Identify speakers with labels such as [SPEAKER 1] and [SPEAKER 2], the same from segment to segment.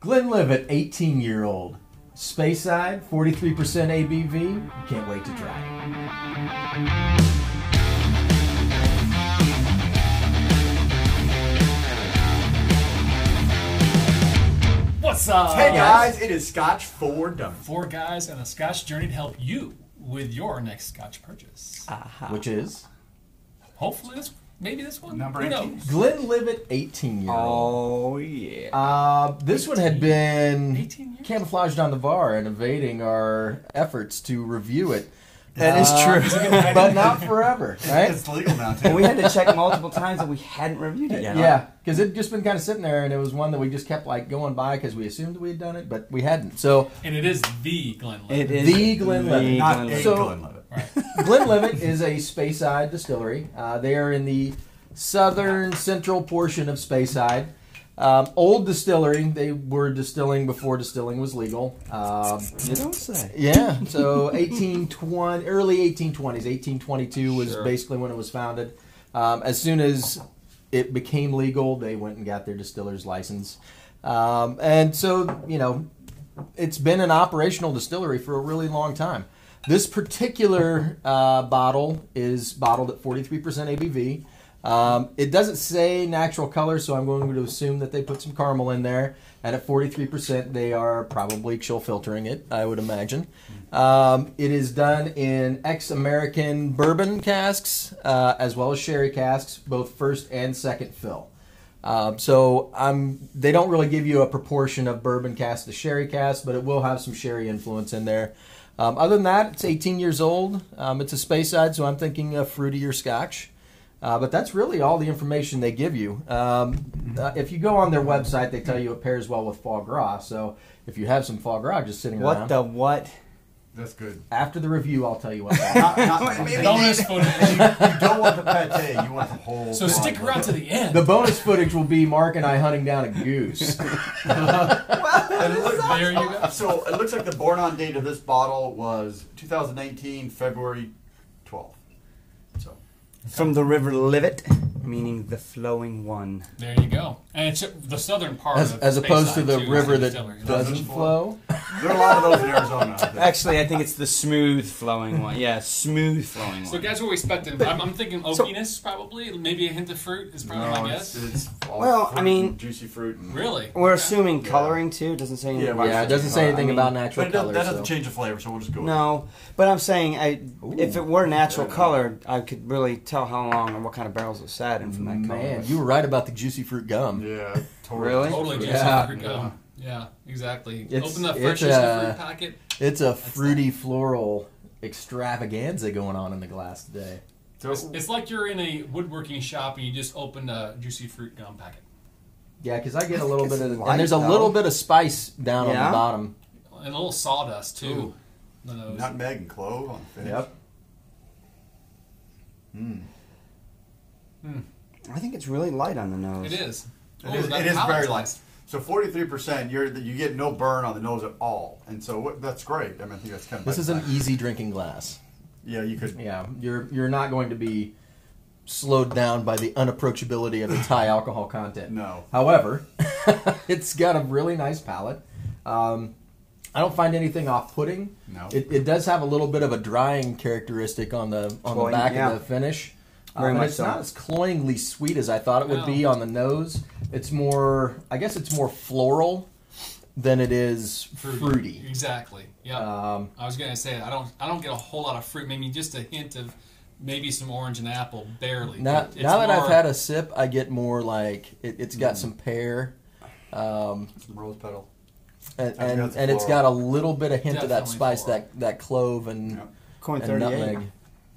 [SPEAKER 1] Glenlivet, 18 year old. Speyside, 43% ABV. Can't wait to try it.
[SPEAKER 2] What's up?
[SPEAKER 3] Hey guys, it is Scotch Forward Done.
[SPEAKER 2] Four guys on a Scotch journey to help you with your next Scotch purchase.
[SPEAKER 1] Which is
[SPEAKER 2] Hopefully this, maybe this one.
[SPEAKER 4] Number
[SPEAKER 2] Who
[SPEAKER 4] 18.
[SPEAKER 2] knows?
[SPEAKER 1] Glenlivet, 18 year old.
[SPEAKER 5] Oh yeah.
[SPEAKER 1] Uh, this one had been
[SPEAKER 2] 18 years?
[SPEAKER 1] camouflaged on the bar and evading our efforts to review it. That is
[SPEAKER 4] gonna
[SPEAKER 1] true, but not forever, right?
[SPEAKER 4] It's legal now too.
[SPEAKER 5] And we had to check multiple times and we hadn't reviewed it yet.
[SPEAKER 1] Yeah, because it just been kind of sitting there, and it was one that we just kept like going by because we assumed we had done it, but we hadn't. So
[SPEAKER 2] And it is the Glenlivet.
[SPEAKER 5] It is
[SPEAKER 1] the Glenlivet,
[SPEAKER 4] Not
[SPEAKER 5] Glenlivet.
[SPEAKER 4] a
[SPEAKER 1] So-
[SPEAKER 4] Glenlivet.
[SPEAKER 1] Glenlivet is a Speyside distillery. Uh, they are in the southern central portion of Speyside. Um, old distillery. They were distilling before distilling was legal. Um,
[SPEAKER 5] You don't say.
[SPEAKER 1] yeah, so 1820, early 1820s, 1822 was
[SPEAKER 5] Sure.
[SPEAKER 1] basically when it was founded. Um, as soon as it became legal, they went and got their distiller's license. Um, and so, you know, it's been an operational distillery for a really long time. This particular uh, bottle is bottled at 43% ABV. Um, it doesn't say natural color, so I'm going to assume that they put some caramel in there. And at 43%, they are probably chill filtering it, I would imagine. Um, it is done in ex American bourbon casks uh, as well as sherry casks, both first and second fill. Um, so I'm. They don't really give you a proportion of bourbon cast to sherry cast, but it will have some sherry influence in there. Um, other than that, it's 18 years old. Um, it's a space side, so I'm thinking a fruitier Scotch. Uh, but that's really all the information they give you. Um, uh, if you go on their website, they tell you it pairs well with foie gras. So if you have some foie gras just sitting
[SPEAKER 5] What
[SPEAKER 1] around,
[SPEAKER 5] the what?
[SPEAKER 4] That's good.
[SPEAKER 1] after the review, I'll tell you what. that is.
[SPEAKER 4] Not, not, you,
[SPEAKER 2] Bonus footage.
[SPEAKER 4] you don't want the pate, you want the whole.
[SPEAKER 2] so stick
[SPEAKER 4] Glenlivet.
[SPEAKER 2] around to the end.
[SPEAKER 1] the bonus footage will be Mark and I hunting down a goose.
[SPEAKER 4] And it looks-
[SPEAKER 2] there you go.
[SPEAKER 4] So it looks like the born on date of this bottle was 2019 February 12th. So
[SPEAKER 5] From the river Livet, meaning the flowing one.
[SPEAKER 2] There you go. And it's the southern part
[SPEAKER 1] as,
[SPEAKER 2] of
[SPEAKER 1] as opposed to
[SPEAKER 2] Bayside,
[SPEAKER 1] the
[SPEAKER 2] too, is
[SPEAKER 1] river that
[SPEAKER 2] distillery.
[SPEAKER 1] doesn't flow.
[SPEAKER 4] there are a lot of those in Arizona. I think.
[SPEAKER 5] Actually, I think it's the smooth flowing one. Yeah, smooth flowing one.
[SPEAKER 2] So that's what we're expecting. I'm, I'm thinking oakiness, probably. Maybe a hint of fruit is probably
[SPEAKER 4] No,
[SPEAKER 2] my
[SPEAKER 4] it's,
[SPEAKER 2] guess.
[SPEAKER 4] it's all
[SPEAKER 5] Well, I
[SPEAKER 4] fruit and
[SPEAKER 5] mean-
[SPEAKER 4] juicy fruit. And,
[SPEAKER 2] really?
[SPEAKER 5] We're
[SPEAKER 2] Okay.
[SPEAKER 5] assuming coloring too. It doesn't say anything.
[SPEAKER 4] Yeah,
[SPEAKER 5] about
[SPEAKER 4] right.
[SPEAKER 1] Yeah, it doesn't say
[SPEAKER 5] Uh, I
[SPEAKER 1] anything
[SPEAKER 5] mean-
[SPEAKER 1] about
[SPEAKER 4] but
[SPEAKER 1] natural
[SPEAKER 4] it does,
[SPEAKER 1] colors.
[SPEAKER 4] that doesn't
[SPEAKER 1] so-
[SPEAKER 4] change the flavor, so we'll just go. with
[SPEAKER 5] No, but I'm saying I, if it were natural
[SPEAKER 4] Yeah.
[SPEAKER 5] color, I could really tell how long and what kind of barrels it sat in from that color.
[SPEAKER 1] Man, you were right about the juicy fruit
[SPEAKER 4] it.
[SPEAKER 1] gum.
[SPEAKER 4] Yeah, totally.
[SPEAKER 5] Really?
[SPEAKER 2] Totally juicy
[SPEAKER 1] Yeah.
[SPEAKER 2] fruit gum. Yeah, exactly.
[SPEAKER 1] It's-
[SPEAKER 2] Open the
[SPEAKER 1] it's,
[SPEAKER 2] freshest
[SPEAKER 1] uh,
[SPEAKER 2] fruit packet.
[SPEAKER 1] It's a fruity floral extravaganza going on in the glass today.
[SPEAKER 4] So,
[SPEAKER 2] It's, it's like you're in a woodworking shop and you just opened a juicy fruit gum packet.
[SPEAKER 1] Yeah, because I get a little
[SPEAKER 5] it's
[SPEAKER 1] bit of,
[SPEAKER 5] light,
[SPEAKER 1] and there's a
[SPEAKER 5] though.
[SPEAKER 1] little bit of spice down on
[SPEAKER 5] Yeah?
[SPEAKER 1] the bottom.
[SPEAKER 2] And a little sawdust, too. None of those.
[SPEAKER 4] nutmeg and clove on the finish.
[SPEAKER 5] I think it's really light on the nose.
[SPEAKER 2] It is. Oh,
[SPEAKER 4] It is,
[SPEAKER 2] that
[SPEAKER 4] it is
[SPEAKER 2] palate
[SPEAKER 4] very
[SPEAKER 2] is
[SPEAKER 4] light.
[SPEAKER 2] nice.
[SPEAKER 4] So forty three percent, you're you get no burn on the nose at all, and so what, that's great. I mean, I think that's kind of
[SPEAKER 1] This
[SPEAKER 4] by
[SPEAKER 1] is an
[SPEAKER 4] design.
[SPEAKER 1] easy drinking glass.
[SPEAKER 4] yeah. You could
[SPEAKER 1] Yeah, you're you're not going to be slowed down by the unapproachability of its high alcohol content.
[SPEAKER 4] no.
[SPEAKER 1] However, it's got a really nice palate. Um, I don't find anything off-putting.
[SPEAKER 4] No.
[SPEAKER 1] It, it does have a little bit of a drying characteristic on the on
[SPEAKER 5] Cloying,
[SPEAKER 1] the back
[SPEAKER 5] yeah.
[SPEAKER 1] of the finish. Uh,
[SPEAKER 5] Very
[SPEAKER 1] but
[SPEAKER 5] much
[SPEAKER 1] it's
[SPEAKER 5] so.
[SPEAKER 1] not as cloyingly sweet as I thought it would be
[SPEAKER 2] No.
[SPEAKER 1] on the nose. It's more, I guess, it's more floral than it is
[SPEAKER 2] Fruity.
[SPEAKER 1] fruity.
[SPEAKER 2] Exactly. Yeah.
[SPEAKER 1] Um,
[SPEAKER 2] I was gonna say I don't I don't get a whole lot of fruit. Maybe just a hint of maybe some orange and apple, barely.
[SPEAKER 1] now,
[SPEAKER 2] It- it's
[SPEAKER 1] now that I've
[SPEAKER 2] more-
[SPEAKER 1] had a sip, I get more like it, it's
[SPEAKER 5] Mm.
[SPEAKER 1] got some pear. Um,
[SPEAKER 4] Some rose petal.
[SPEAKER 1] and
[SPEAKER 4] I've
[SPEAKER 1] and,
[SPEAKER 4] got the
[SPEAKER 1] and it's got a
[SPEAKER 4] floral.
[SPEAKER 1] little bit of hint of that
[SPEAKER 2] Definitely
[SPEAKER 1] spice,
[SPEAKER 2] floral.
[SPEAKER 1] that that clove and,
[SPEAKER 4] Yeah.
[SPEAKER 5] Coin
[SPEAKER 1] and
[SPEAKER 5] thirty-eight.
[SPEAKER 1] nutmeg.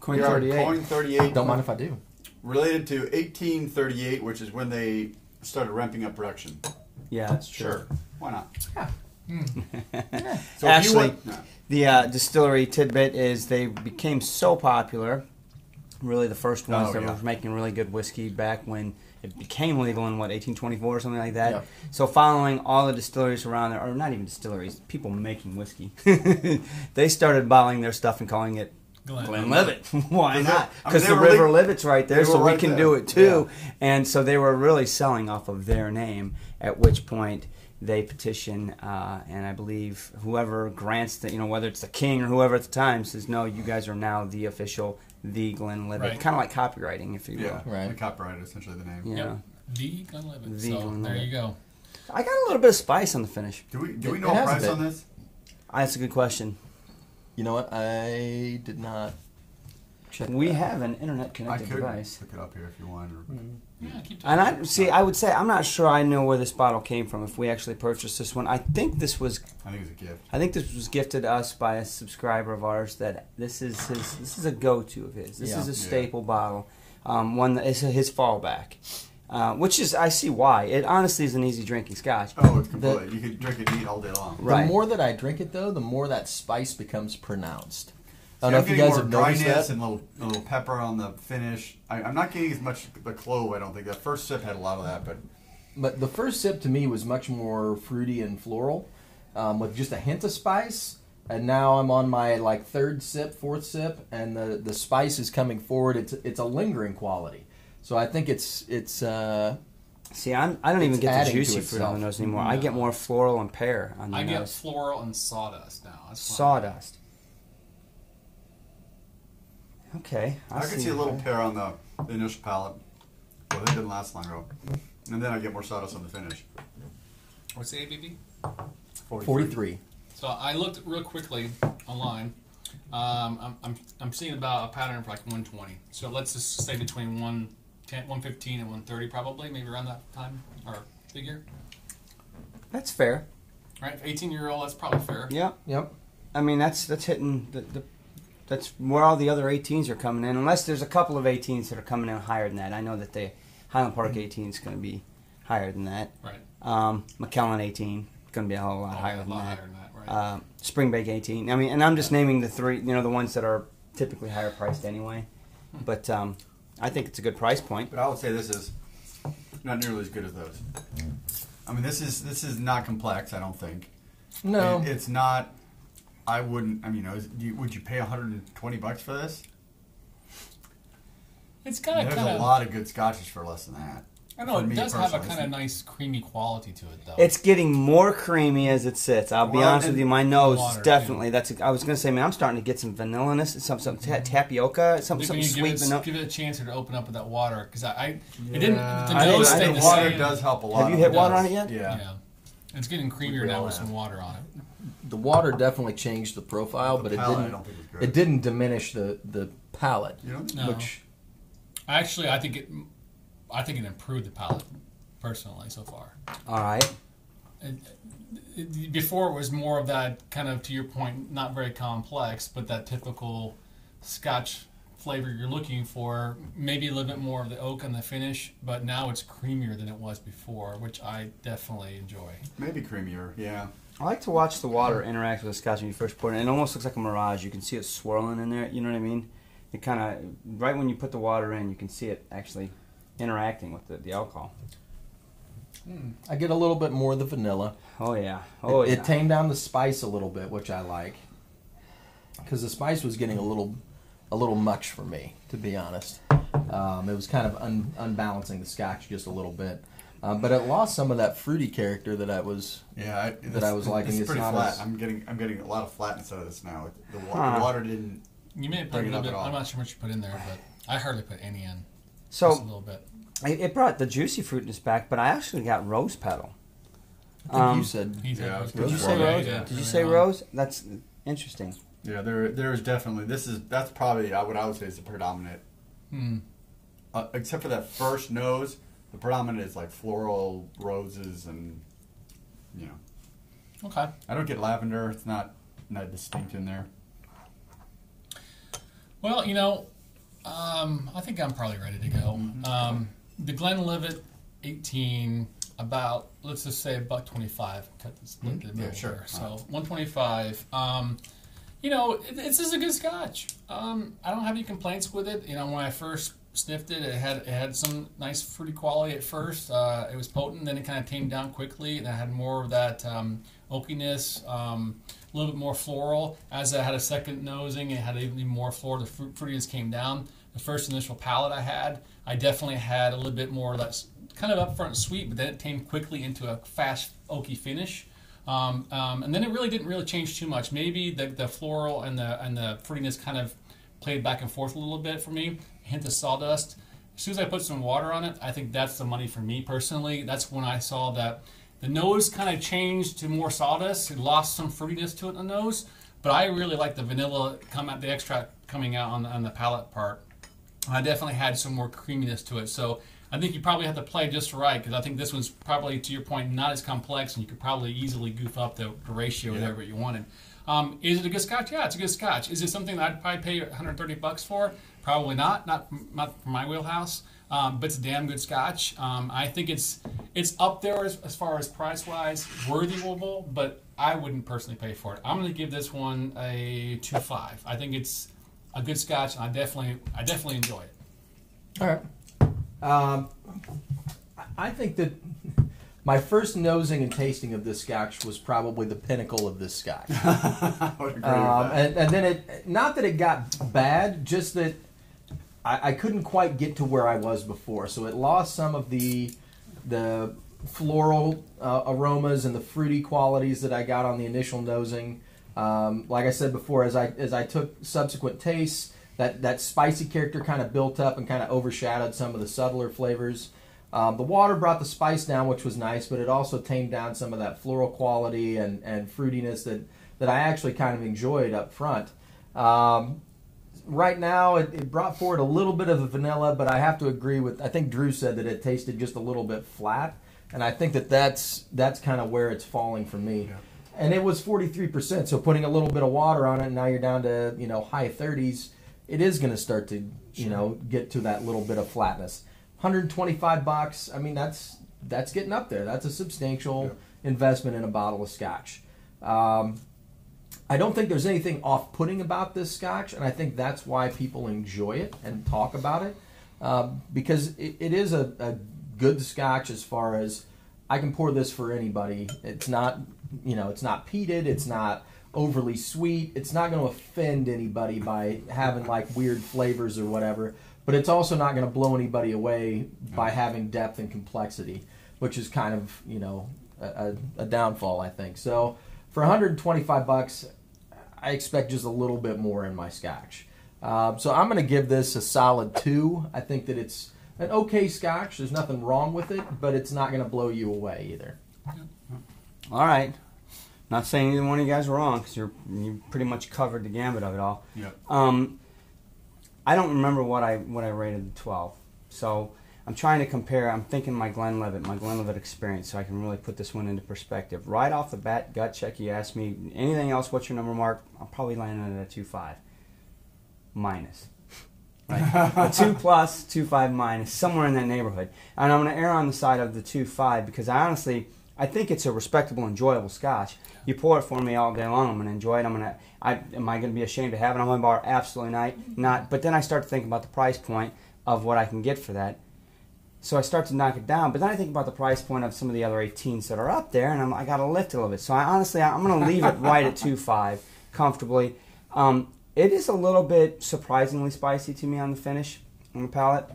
[SPEAKER 5] Coin
[SPEAKER 4] We are
[SPEAKER 5] thirty-eight.
[SPEAKER 4] coin thirty eight.
[SPEAKER 1] Don't mind if I do.
[SPEAKER 4] Related to eighteen thirty eight, which is when they started ramping up production.
[SPEAKER 5] Yeah, that's true.
[SPEAKER 4] Sure. Why not? Hmm. So if you
[SPEAKER 5] Actually,
[SPEAKER 4] want- no.
[SPEAKER 5] the uh, distillery tidbit is they became so popular. Really, the first ones
[SPEAKER 4] Oh,
[SPEAKER 5] that
[SPEAKER 4] yeah.
[SPEAKER 5] were making really good whiskey back when it became legal in what 1824 or something like that.
[SPEAKER 1] Yeah.
[SPEAKER 5] So, following all the distilleries around there, or not even distilleries, people making whiskey, they started bottling their stuff and calling it
[SPEAKER 2] Glen-
[SPEAKER 5] Glenlivet. Why
[SPEAKER 4] Was it-
[SPEAKER 5] not?
[SPEAKER 4] I mean,
[SPEAKER 5] Because
[SPEAKER 4] they
[SPEAKER 5] the
[SPEAKER 4] were
[SPEAKER 5] River
[SPEAKER 4] really-
[SPEAKER 5] Livet's right there,
[SPEAKER 4] they
[SPEAKER 5] so
[SPEAKER 4] were
[SPEAKER 5] we
[SPEAKER 4] right
[SPEAKER 5] can
[SPEAKER 4] there.
[SPEAKER 5] do it too. And so they were really selling off of their name. At which point, they petition, uh, and I believe whoever grants that, you know, whether it's the king or whoever at the time says, no, you guys are now the official, the Glenlivet.
[SPEAKER 2] Right.
[SPEAKER 5] Kind of like copywriting, if you will.
[SPEAKER 4] Yeah,
[SPEAKER 1] Right.
[SPEAKER 4] The copyright is essentially the name.
[SPEAKER 5] You
[SPEAKER 2] Yep.
[SPEAKER 5] know?
[SPEAKER 2] The Glenlivet.
[SPEAKER 5] The
[SPEAKER 2] so there
[SPEAKER 5] Glenlivet.
[SPEAKER 2] you go.
[SPEAKER 5] I got a little bit of spice on the finish.
[SPEAKER 4] Do we do we
[SPEAKER 1] It-
[SPEAKER 4] know
[SPEAKER 1] it
[SPEAKER 4] a
[SPEAKER 1] has a
[SPEAKER 4] price
[SPEAKER 1] bit.
[SPEAKER 4] on this?
[SPEAKER 5] Ah, That's a good question.
[SPEAKER 1] You know what? I did not check.
[SPEAKER 5] We
[SPEAKER 1] that.
[SPEAKER 5] have an internet
[SPEAKER 4] I
[SPEAKER 5] connected
[SPEAKER 4] could
[SPEAKER 5] device.
[SPEAKER 4] look it up here if you want. Or,
[SPEAKER 1] Hmm.
[SPEAKER 2] Yeah, keep talking.
[SPEAKER 5] And I see. I would say I'm not sure. I know where this bottle came from. If we actually purchased this one, I think this was.
[SPEAKER 4] I think it's a gift.
[SPEAKER 5] I think this was gifted to us by a subscriber of ours. That this is his. This is a go-to of his. This
[SPEAKER 1] Yeah.
[SPEAKER 5] is a
[SPEAKER 4] Yeah.
[SPEAKER 5] staple bottle. Um, one that is his fallback, uh, which is I see why. It honestly is an easy drinking scotch.
[SPEAKER 4] Oh, it's completely. you could drink it and eat all day long.
[SPEAKER 5] Right.
[SPEAKER 1] The more that I drink it, though, the more that spice becomes pronounced.
[SPEAKER 4] See,
[SPEAKER 1] I
[SPEAKER 4] I'm
[SPEAKER 1] don't know if you
[SPEAKER 4] getting
[SPEAKER 1] guys
[SPEAKER 4] more
[SPEAKER 1] have noticed
[SPEAKER 4] dryness
[SPEAKER 1] that.
[SPEAKER 4] and a little, a little pepper on the finish. I, I'm not getting as much of the clove. I don't think that first sip had a lot of that, but
[SPEAKER 1] But the first sip to me was much more fruity and floral, um, with just a hint of spice. And now I'm on my like third sip, fourth sip, and the, the spice is coming forward. It's it's a lingering quality. So I think it's it's uh,
[SPEAKER 5] See, I'm. I don't even
[SPEAKER 1] It's
[SPEAKER 5] get the
[SPEAKER 1] adding to
[SPEAKER 5] juicy fruit on
[SPEAKER 1] itself.
[SPEAKER 5] the nose anymore. I get more floral and pear on the
[SPEAKER 2] I get
[SPEAKER 5] nose.
[SPEAKER 2] floral and sawdust now. That's fine.
[SPEAKER 5] Sawdust. Okay.
[SPEAKER 4] I, could see, a little pear on the, the initial palate. Well, that didn't last long though. And then I get more sawdust on the finish.
[SPEAKER 2] What's the ABV?
[SPEAKER 1] 43.
[SPEAKER 2] So I looked real quickly online. Um, I'm, I'm, I'm seeing about a pattern of like 120. So let's just say between 110, 115 and 130 probably, maybe around that time or figure.
[SPEAKER 5] That's fair.
[SPEAKER 2] Right, 18 year old, that's probably fair.
[SPEAKER 5] Yeah.
[SPEAKER 1] Yep.
[SPEAKER 5] I mean, that's that's hitting the, the that's where all the other 18s are coming in. Unless there's a couple of 18s that are coming in higher than that. I know that the Highland Park
[SPEAKER 2] Mm-hmm.
[SPEAKER 5] 18 is going to be higher than that.
[SPEAKER 2] Right.
[SPEAKER 5] Um, McKellen 18 going to be a whole lot
[SPEAKER 2] Oh,
[SPEAKER 5] higher
[SPEAKER 2] a
[SPEAKER 5] than
[SPEAKER 2] lot
[SPEAKER 5] that.
[SPEAKER 2] higher than that, right.
[SPEAKER 5] Uh, Spring Bake 18. I mean, and I'm just naming the three. You know, the ones that are typically higher priced anyway. But um, I think it's a good price point.
[SPEAKER 4] But I would say this is not nearly as good as those. I mean, this is this is not complex. I don't think.
[SPEAKER 1] No.
[SPEAKER 4] It- it's not. I wouldn't. I mean, you know, is, do you, would you pay 120 bucks for this?
[SPEAKER 2] It's kind of
[SPEAKER 4] There's
[SPEAKER 2] kind
[SPEAKER 4] a
[SPEAKER 2] of.
[SPEAKER 4] lot of good scotches for less than that.
[SPEAKER 2] I know
[SPEAKER 4] for
[SPEAKER 2] it
[SPEAKER 4] me
[SPEAKER 2] does have a
[SPEAKER 4] personally.
[SPEAKER 2] kind of nice creamy quality to it though.
[SPEAKER 5] It's getting more creamy as it sits. I'll be
[SPEAKER 4] Well,
[SPEAKER 5] honest
[SPEAKER 4] and
[SPEAKER 5] with you, my nose
[SPEAKER 2] water,
[SPEAKER 5] is
[SPEAKER 2] too.
[SPEAKER 5] definitely. That's. I was gonna say, man, I'm starting to get some vanilla-ness, some some ta- tapioca, some
[SPEAKER 2] Maybe
[SPEAKER 5] something
[SPEAKER 2] you
[SPEAKER 5] sweet.
[SPEAKER 2] give,
[SPEAKER 5] vanilla.
[SPEAKER 2] it, give it a chance here to open up with that water because I, I it didn't the
[SPEAKER 5] I didn't-
[SPEAKER 2] nose
[SPEAKER 5] I
[SPEAKER 2] stayed
[SPEAKER 5] didn't-
[SPEAKER 2] the
[SPEAKER 4] the water
[SPEAKER 2] same.
[SPEAKER 4] does help a lot.
[SPEAKER 5] Have you
[SPEAKER 4] It
[SPEAKER 5] hit water
[SPEAKER 4] does.
[SPEAKER 5] on it yet?
[SPEAKER 4] Yeah.
[SPEAKER 2] yeah. It's getting creamier
[SPEAKER 4] we
[SPEAKER 2] now
[SPEAKER 4] all
[SPEAKER 2] with some
[SPEAKER 4] have.
[SPEAKER 2] water on it.
[SPEAKER 1] the water definitely changed the profile,
[SPEAKER 4] The
[SPEAKER 1] but it
[SPEAKER 4] palate, I
[SPEAKER 1] didn't
[SPEAKER 4] don't think was good.
[SPEAKER 1] it didn't diminish the the palate.
[SPEAKER 4] You don't think?
[SPEAKER 2] No.
[SPEAKER 1] Which
[SPEAKER 2] Actually, I think it. I think it improved the palate, personally, so far.
[SPEAKER 5] All right.
[SPEAKER 2] And it- Before it was more of that kind of, to your point, not very complex, but that typical Scotch flavor you're looking for. Maybe a little bit more of the oak on the finish, but now it's creamier than it was before, which I definitely enjoy.
[SPEAKER 4] Maybe creamier. Yeah.
[SPEAKER 5] I like to watch the water interact with the scotch when you first pour it. in. It almost looks like a mirage. You can see it swirling in there. You know what I mean? It kind of right when you put the water in, you can see it actually interacting with the, the alcohol.
[SPEAKER 1] I get a little bit more of the vanilla.
[SPEAKER 5] Oh yeah. Oh
[SPEAKER 1] it,
[SPEAKER 5] yeah.
[SPEAKER 1] it tamed down the spice a little bit, which I like, because the spice was getting a little, a little much for me, to be honest. Um, it was kind of un, unbalancing the scotch just a little bit, um, but it lost some of that fruity character that I was.
[SPEAKER 4] Yeah, I,
[SPEAKER 1] That I was liking,
[SPEAKER 4] It's
[SPEAKER 1] it's
[SPEAKER 4] pretty
[SPEAKER 1] not
[SPEAKER 4] flat.
[SPEAKER 1] as-
[SPEAKER 4] I'm getting I'm getting a lot of flatness out of this now. The, wa-
[SPEAKER 5] Huh.
[SPEAKER 4] the water didn't.
[SPEAKER 2] You may have put a
[SPEAKER 4] Bring it
[SPEAKER 2] little
[SPEAKER 4] up
[SPEAKER 2] bit.
[SPEAKER 4] at all.
[SPEAKER 2] I'm not sure what you put in there, but I hardly put any in. just a
[SPEAKER 5] so
[SPEAKER 2] little bit.
[SPEAKER 5] it, it brought the juicy fruitness back, but I actually got rose petal.
[SPEAKER 1] I think
[SPEAKER 5] Um,
[SPEAKER 1] you said
[SPEAKER 2] He did.
[SPEAKER 4] Yeah, it's
[SPEAKER 2] Did
[SPEAKER 5] Did you
[SPEAKER 4] Rose
[SPEAKER 5] say
[SPEAKER 4] water,
[SPEAKER 5] rose?
[SPEAKER 2] Yeah,
[SPEAKER 5] Did you
[SPEAKER 2] early
[SPEAKER 5] say
[SPEAKER 2] on.
[SPEAKER 5] rose? That's interesting.
[SPEAKER 4] Yeah, there there is definitely this is that's probably uh, I would I would say is the predominant.
[SPEAKER 2] Hmm.
[SPEAKER 4] Uh, except for that first nose, the predominant is like floral roses and you know
[SPEAKER 2] Okay.
[SPEAKER 4] I don't get lavender. It's not not distinct in there.
[SPEAKER 2] Well, you know, um, I think I'm probably ready to go. Um, the Glenlivet 18, about let's just say about 25. Cut the split the middle
[SPEAKER 4] sure.
[SPEAKER 2] there. So 125. Um, you know, it, it's just a good scotch. Um, I don't have any complaints with it. You know, when I first sniffed it, it had it had some nice fruity quality at first. Uh, it was potent, then it kind of tamed down quickly, and I had more of that um, oakiness, um, a little bit more floral. As I had a second nosing, it had even more floral. The fruit fruitiness came down. The first initial palate I had, I definitely had a little bit more of that s- kind of upfront sweet, but then it came quickly into a fast oaky finish. Um, um, and then it really didn't really change too much. Maybe the, the floral and the and the fruitiness kind of played back and forth a little bit for me. A hint of sawdust. As soon as I put some water on it, I think that's the money for me personally. That's when I saw that the nose kind of changed to more sawdust. It lost some fruitiness to it in the nose, but I really like the vanilla come out, the extract coming out on, on the palate part. I definitely had some more creaminess to it. So I think you probably have to play just right because I think this one's probably, to your point, not as complex, and you could probably easily goof up the, the ratio there, whatever you wanted. Um, is it a good scotch? Yeah, it's a good scotch. Is it something that I'd probably pay 130 bucks for? Probably not. Not not for my wheelhouse. Um, but it's a damn good scotch. Um, I think it's it's up there as, as far as price wise, worthyable, but I wouldn't personally pay for it. I'm going to give this one a two five. I think it's a good scotch, and I definitely I definitely enjoy it.
[SPEAKER 1] All right. Um, I- I think that my first nosing and tasting of this scotch was probably the pinnacle of this scotch.
[SPEAKER 4] I would agree
[SPEAKER 1] um,
[SPEAKER 4] with that.
[SPEAKER 1] and, and then it, not that it got bad, just that I, I couldn't quite get to where I was before. So it lost some of the the floral uh, aromas and the fruity qualities that I got on the initial nosing. Um, like I said before, as I as I took subsequent tastes, that that spicy character kind of built up and kind of overshadowed some of the subtler flavors. Um, the water brought the spice down, which was nice, but it also tamed down some of that floral quality and, and fruitiness that, that I actually kind of enjoyed up front. Um, right now, it, it brought forward a little bit of the vanilla, but I have to agree with. I think Drew said that it tasted just a little bit flat, and I think that that's that's kind of where it's falling for me. And it was 43%, so putting a little bit of water on it, now you're down to you know high 30s. It is going to start to you know get to that little bit of flatness. 125 bucks. I mean, that's that's getting up there. That's a substantial investment in a bottle of scotch. Um, I don't think there's anything off putting about this scotch, and I think that's why people enjoy it and talk about it um, because it, it is a, a good scotch as far as I can pour this for anybody. It's not, you know, it's not peated, it's not overly sweet, it's not going to offend anybody by having like weird flavors or whatever, but it's also not going to blow anybody away by having depth and complexity, which is kind of, you know, a, a a downfall, I think. So for 125 bucks, I expect just a little bit more in my scotch. Uh, so I'm going to give this a solid two. I think that it's an okay scotch. There's nothing wrong with it, but it's not going to blow you away either.
[SPEAKER 5] All right. Not saying either one of you guys were wrong because you you pretty much covered the gambit of it all.
[SPEAKER 4] Yep.
[SPEAKER 5] Um, I don't remember what I what I rated the twelve, so I'm trying to compare. I'm thinking my Glenlivet, my Glenlivet experience, so I can really put this one into perspective. Right off the bat, gut check. You asked me anything else? What's your number, Mark? I'm probably landing at a two five minus. Right. a two plus, two five minus, somewhere in that neighborhood. And I'm going to err on the side of the two five because I honestly, I think it's a respectable, enjoyable scotch. You pour it for me all day long. I'm going to enjoy it. I'm going to. I am I going to be ashamed to have it on my bar? Absolutely not. Not. But then I start to think about the price point of what I can get for that. So I start to knock it down, but then I think about the price point of some of the other 18s that are up there, and I'm, I got to lift a little bit. So I honestly, I'm going to leave it right at 2.5 comfortably. Um, it is a little bit surprisingly spicy to me on the finish, on the palate,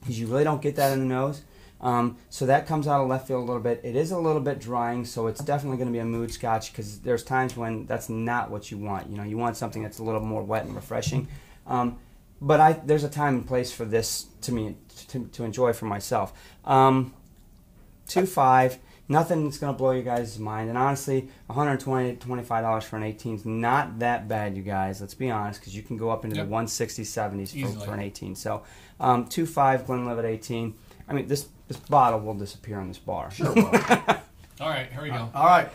[SPEAKER 5] because you really don't get that in the nose. Um, so that comes out of left field a little bit. It is a little bit drying, so it's definitely going to be a mood scotch because there's times when that's not what you want. You know, you want something that's a little more wet and refreshing. Um, but I there's a time and place for this to me to, to enjoy for myself. Um, two five, nothing that's gonna blow you guys' mind. And honestly, 120 25 dollars for an 18 is not that bad, you guys. Let's be honest, because you can go up into
[SPEAKER 2] Yep.
[SPEAKER 5] the 160s, 70s for,
[SPEAKER 2] Easily.
[SPEAKER 5] for an 18. So um, two five, Glenlivet 18. I mean, this this bottle will disappear on this bar.
[SPEAKER 4] Sure will.
[SPEAKER 2] All right, here we go.
[SPEAKER 4] All right.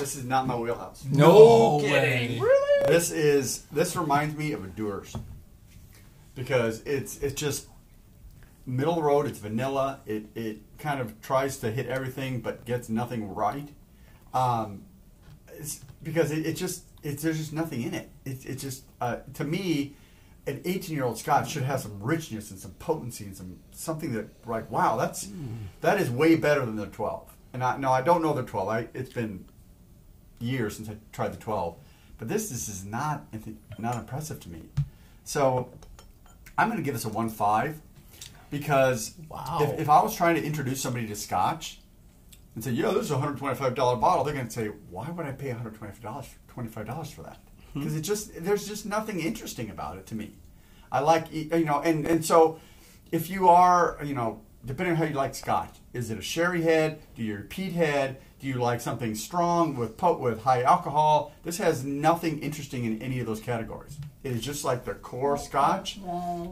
[SPEAKER 4] This is not my wheelhouse.
[SPEAKER 2] No
[SPEAKER 4] kidding.
[SPEAKER 2] way.
[SPEAKER 4] Really? This is this reminds me of a Dewar's. Because it's it's just middle of the road, it's vanilla, it, it kind of tries to hit everything but gets nothing right. Um, it's because it, it just it's there's just nothing in it. It it just uh, to me an 18 year old scotch should have some richness and some potency and some something that like wow that's that is way better than the 12 and I no I don't know the 12 I it's been years since I tried the 12. But this, this is not not impressive to me. So I'm going to give this a 1 5. because
[SPEAKER 1] Wow.
[SPEAKER 4] if, if I was trying to introduce somebody to Scotch and say, "Yo, this is a hundred twenty-five dollar bottle," they're going to say, "Why would I pay one hundred twenty-five dollars twenty-five dollars for that?" Because it just there's just nothing interesting about it to me. I like you know, and and so if you are you know, depending on how you like Scotch, is it a sherry head? Do you repeat head? Do you like something strong with po- with high alcohol? This has nothing interesting in any of those categories. It is just like the core Scotch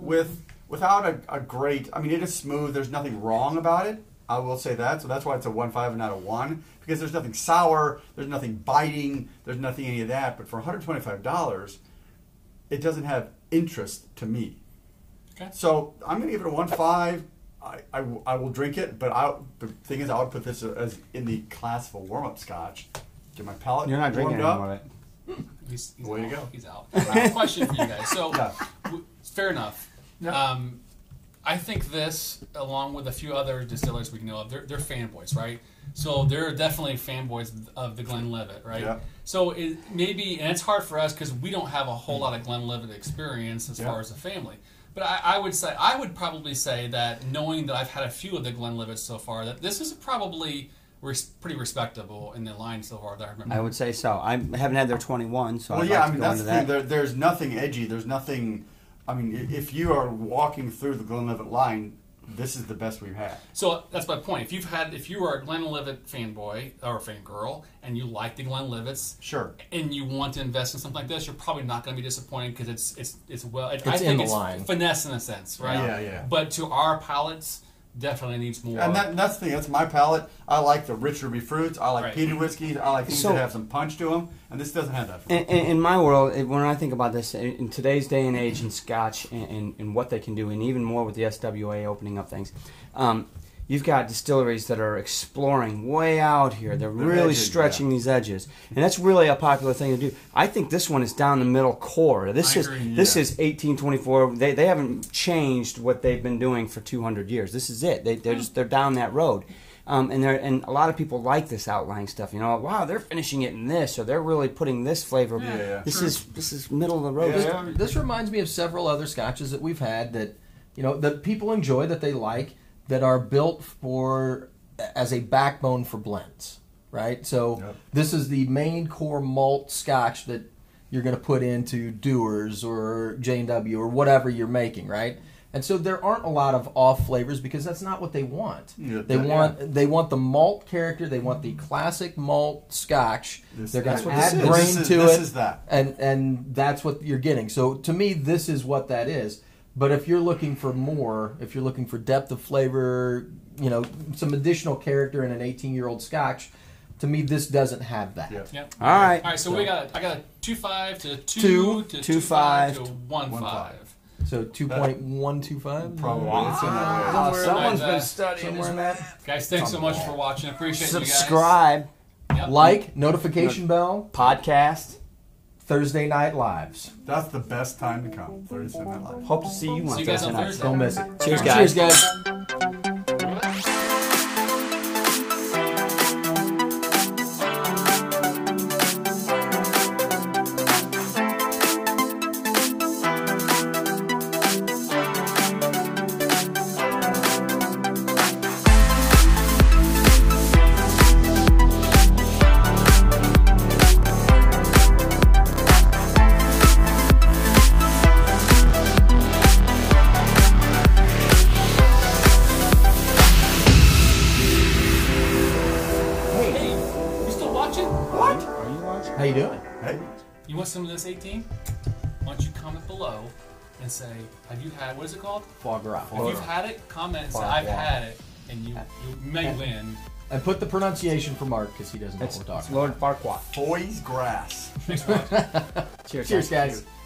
[SPEAKER 4] with without a, a great i mean it is smooth there's nothing wrong about it i will say that so that's why it's a 1-5 and not a 1 because there's nothing sour there's nothing biting there's nothing any of that but for $125 it doesn't have interest to me
[SPEAKER 2] Okay.
[SPEAKER 4] so i'm going to give it a 1-5 I, I, w- I will drink it, but I, the thing is, I would put this as in the class of a warm-up scotch. Get my palate
[SPEAKER 5] You're
[SPEAKER 4] warmed
[SPEAKER 5] not drinking any
[SPEAKER 4] up.
[SPEAKER 5] more of it.
[SPEAKER 2] He's, he's
[SPEAKER 4] Way to
[SPEAKER 2] out.
[SPEAKER 4] go.
[SPEAKER 2] He's out. Uh, question for you guys. So,
[SPEAKER 4] Yeah.
[SPEAKER 2] w- fair enough.
[SPEAKER 4] Yeah.
[SPEAKER 2] Um, I think this, along with a few other distillers we know of, they're, they're fanboys, right? So they're definitely fanboys of the Glenlivet, right?
[SPEAKER 4] Yeah.
[SPEAKER 2] So it, maybe, and it's hard for us because we don't have a whole lot of Glenlivet experience as
[SPEAKER 4] Yeah.
[SPEAKER 2] far as a family. But I, I would say, I would probably say that knowing that I've had a few of the Glenlivets so far, that this is probably res- pretty respectable in the line so far that I remember.
[SPEAKER 5] I would say so. I haven't had their 21, so
[SPEAKER 4] well,
[SPEAKER 5] I'd
[SPEAKER 4] yeah,
[SPEAKER 5] like
[SPEAKER 4] I mean
[SPEAKER 5] to go
[SPEAKER 4] that's
[SPEAKER 5] into
[SPEAKER 4] the thing.
[SPEAKER 5] that.
[SPEAKER 4] There, there's nothing edgy. There's nothing. I mean, i- if you are walking through the Glenlivet line, this is the best we've had.
[SPEAKER 2] So that's my point. If you've had, if you are a Glenlivet fanboy or fangirl, and you like the Glenlivets,
[SPEAKER 4] Sure.
[SPEAKER 2] and you want to invest in something like this, you're probably not going to be disappointed because it's it's it's well. It, I
[SPEAKER 1] It's in
[SPEAKER 2] think
[SPEAKER 1] the
[SPEAKER 2] it's
[SPEAKER 1] line.
[SPEAKER 2] finesse in a sense, right?
[SPEAKER 4] Yeah, yeah.
[SPEAKER 2] But to our palates, definitely needs more.
[SPEAKER 4] And that, that's the thing. That's my palate. I like the rich ruby fruits. I like
[SPEAKER 2] Right.
[SPEAKER 4] peated whiskeys. I like things
[SPEAKER 5] So-
[SPEAKER 4] that have some punch to them. And this doesn't have that. For me.
[SPEAKER 5] In, in, in my world, it- when I think about this, in, in today's day and age, in Scotch and, and, and what they can do, and even more with the SWA opening up things, um, you've got distilleries that are exploring way out here. They're really
[SPEAKER 4] edges,
[SPEAKER 5] stretching these edges, and that's really a popular thing to do. I think this one is down the middle core. This
[SPEAKER 4] I
[SPEAKER 5] is
[SPEAKER 4] agree,
[SPEAKER 5] this
[SPEAKER 4] yeah.
[SPEAKER 5] is 1824. They, they haven't changed what they've been doing for 200 years. This is it. They, they're just they're down that road. Um, and they're, and a lot of people like this outlying stuff. You know, wow, they're finishing it in this, or they're really putting this flavor.
[SPEAKER 4] Yeah, yeah.
[SPEAKER 5] This
[SPEAKER 4] Sure.
[SPEAKER 5] is this is middle of the road.
[SPEAKER 4] Yeah, yeah.
[SPEAKER 1] This, this reminds me of several other scotches that we've had that you know that people enjoy that they like that are built for as a backbone for blends, right? So
[SPEAKER 4] Yep.
[SPEAKER 1] this is the main core malt scotch that you're going to put into Dewar's or J&W or whatever you're making, right? And so there aren't a lot of off flavors because that's not what they want.
[SPEAKER 4] Yeah,
[SPEAKER 1] they
[SPEAKER 4] yeah.
[SPEAKER 1] want they want the malt character. They want the classic malt scotch.
[SPEAKER 4] This-
[SPEAKER 1] They're going
[SPEAKER 4] that's
[SPEAKER 1] to
[SPEAKER 4] what this
[SPEAKER 1] add
[SPEAKER 4] is.
[SPEAKER 1] grain
[SPEAKER 4] This is-
[SPEAKER 1] to it
[SPEAKER 4] this is that.
[SPEAKER 1] and and that's what you're getting. So to me, this is what that is. But if you're looking for more, if you're looking for depth of flavor, you know, some additional character in an 18 year old Scotch, to me, this doesn't have that.
[SPEAKER 4] Yeah.
[SPEAKER 2] Yep.
[SPEAKER 5] All right.
[SPEAKER 2] All right. So, we got I got a two five to two,
[SPEAKER 1] Two,
[SPEAKER 2] to
[SPEAKER 5] two
[SPEAKER 2] two five,
[SPEAKER 5] five,
[SPEAKER 2] to one
[SPEAKER 4] one
[SPEAKER 2] five.
[SPEAKER 1] So 2.125,
[SPEAKER 4] Probably. It's in that way.
[SPEAKER 5] Wow, someone's
[SPEAKER 2] that.
[SPEAKER 5] been studying
[SPEAKER 1] somewhere in
[SPEAKER 5] this.
[SPEAKER 1] that.
[SPEAKER 2] Guys, thanks so much for watching. Appreciate
[SPEAKER 5] Subscribe,
[SPEAKER 2] you guys. Yep.
[SPEAKER 1] Like notification bell
[SPEAKER 5] podcast.
[SPEAKER 1] Thursday night lives.
[SPEAKER 4] That's the best time to come. Thursday night live.
[SPEAKER 5] Hope to see you on
[SPEAKER 2] See you guys
[SPEAKER 5] Thursday
[SPEAKER 2] on
[SPEAKER 5] night.
[SPEAKER 2] Thursday.
[SPEAKER 1] Don't miss it.
[SPEAKER 5] Cheers, guys.
[SPEAKER 1] Cheers, guys.
[SPEAKER 2] Hey, you still watching?
[SPEAKER 4] What?
[SPEAKER 5] Are you watching?
[SPEAKER 1] How you doing?
[SPEAKER 4] Hey,
[SPEAKER 2] You want some of this 18? Why don't you comment below and say, have you had, what is it called?
[SPEAKER 1] Foie gras.
[SPEAKER 2] If you've had it, comment and say,
[SPEAKER 1] Foie
[SPEAKER 2] I've
[SPEAKER 1] gras.
[SPEAKER 2] had it, and you, you may win.
[SPEAKER 1] And put the pronunciation for Mark because he doesn't know
[SPEAKER 5] It's,
[SPEAKER 1] what we're
[SPEAKER 5] it's
[SPEAKER 1] talking
[SPEAKER 5] Lord Farquaad.
[SPEAKER 4] boys grass.
[SPEAKER 2] Thanks for watching.
[SPEAKER 5] Cheers,
[SPEAKER 1] about. Cheers,
[SPEAKER 5] guys.
[SPEAKER 1] guys.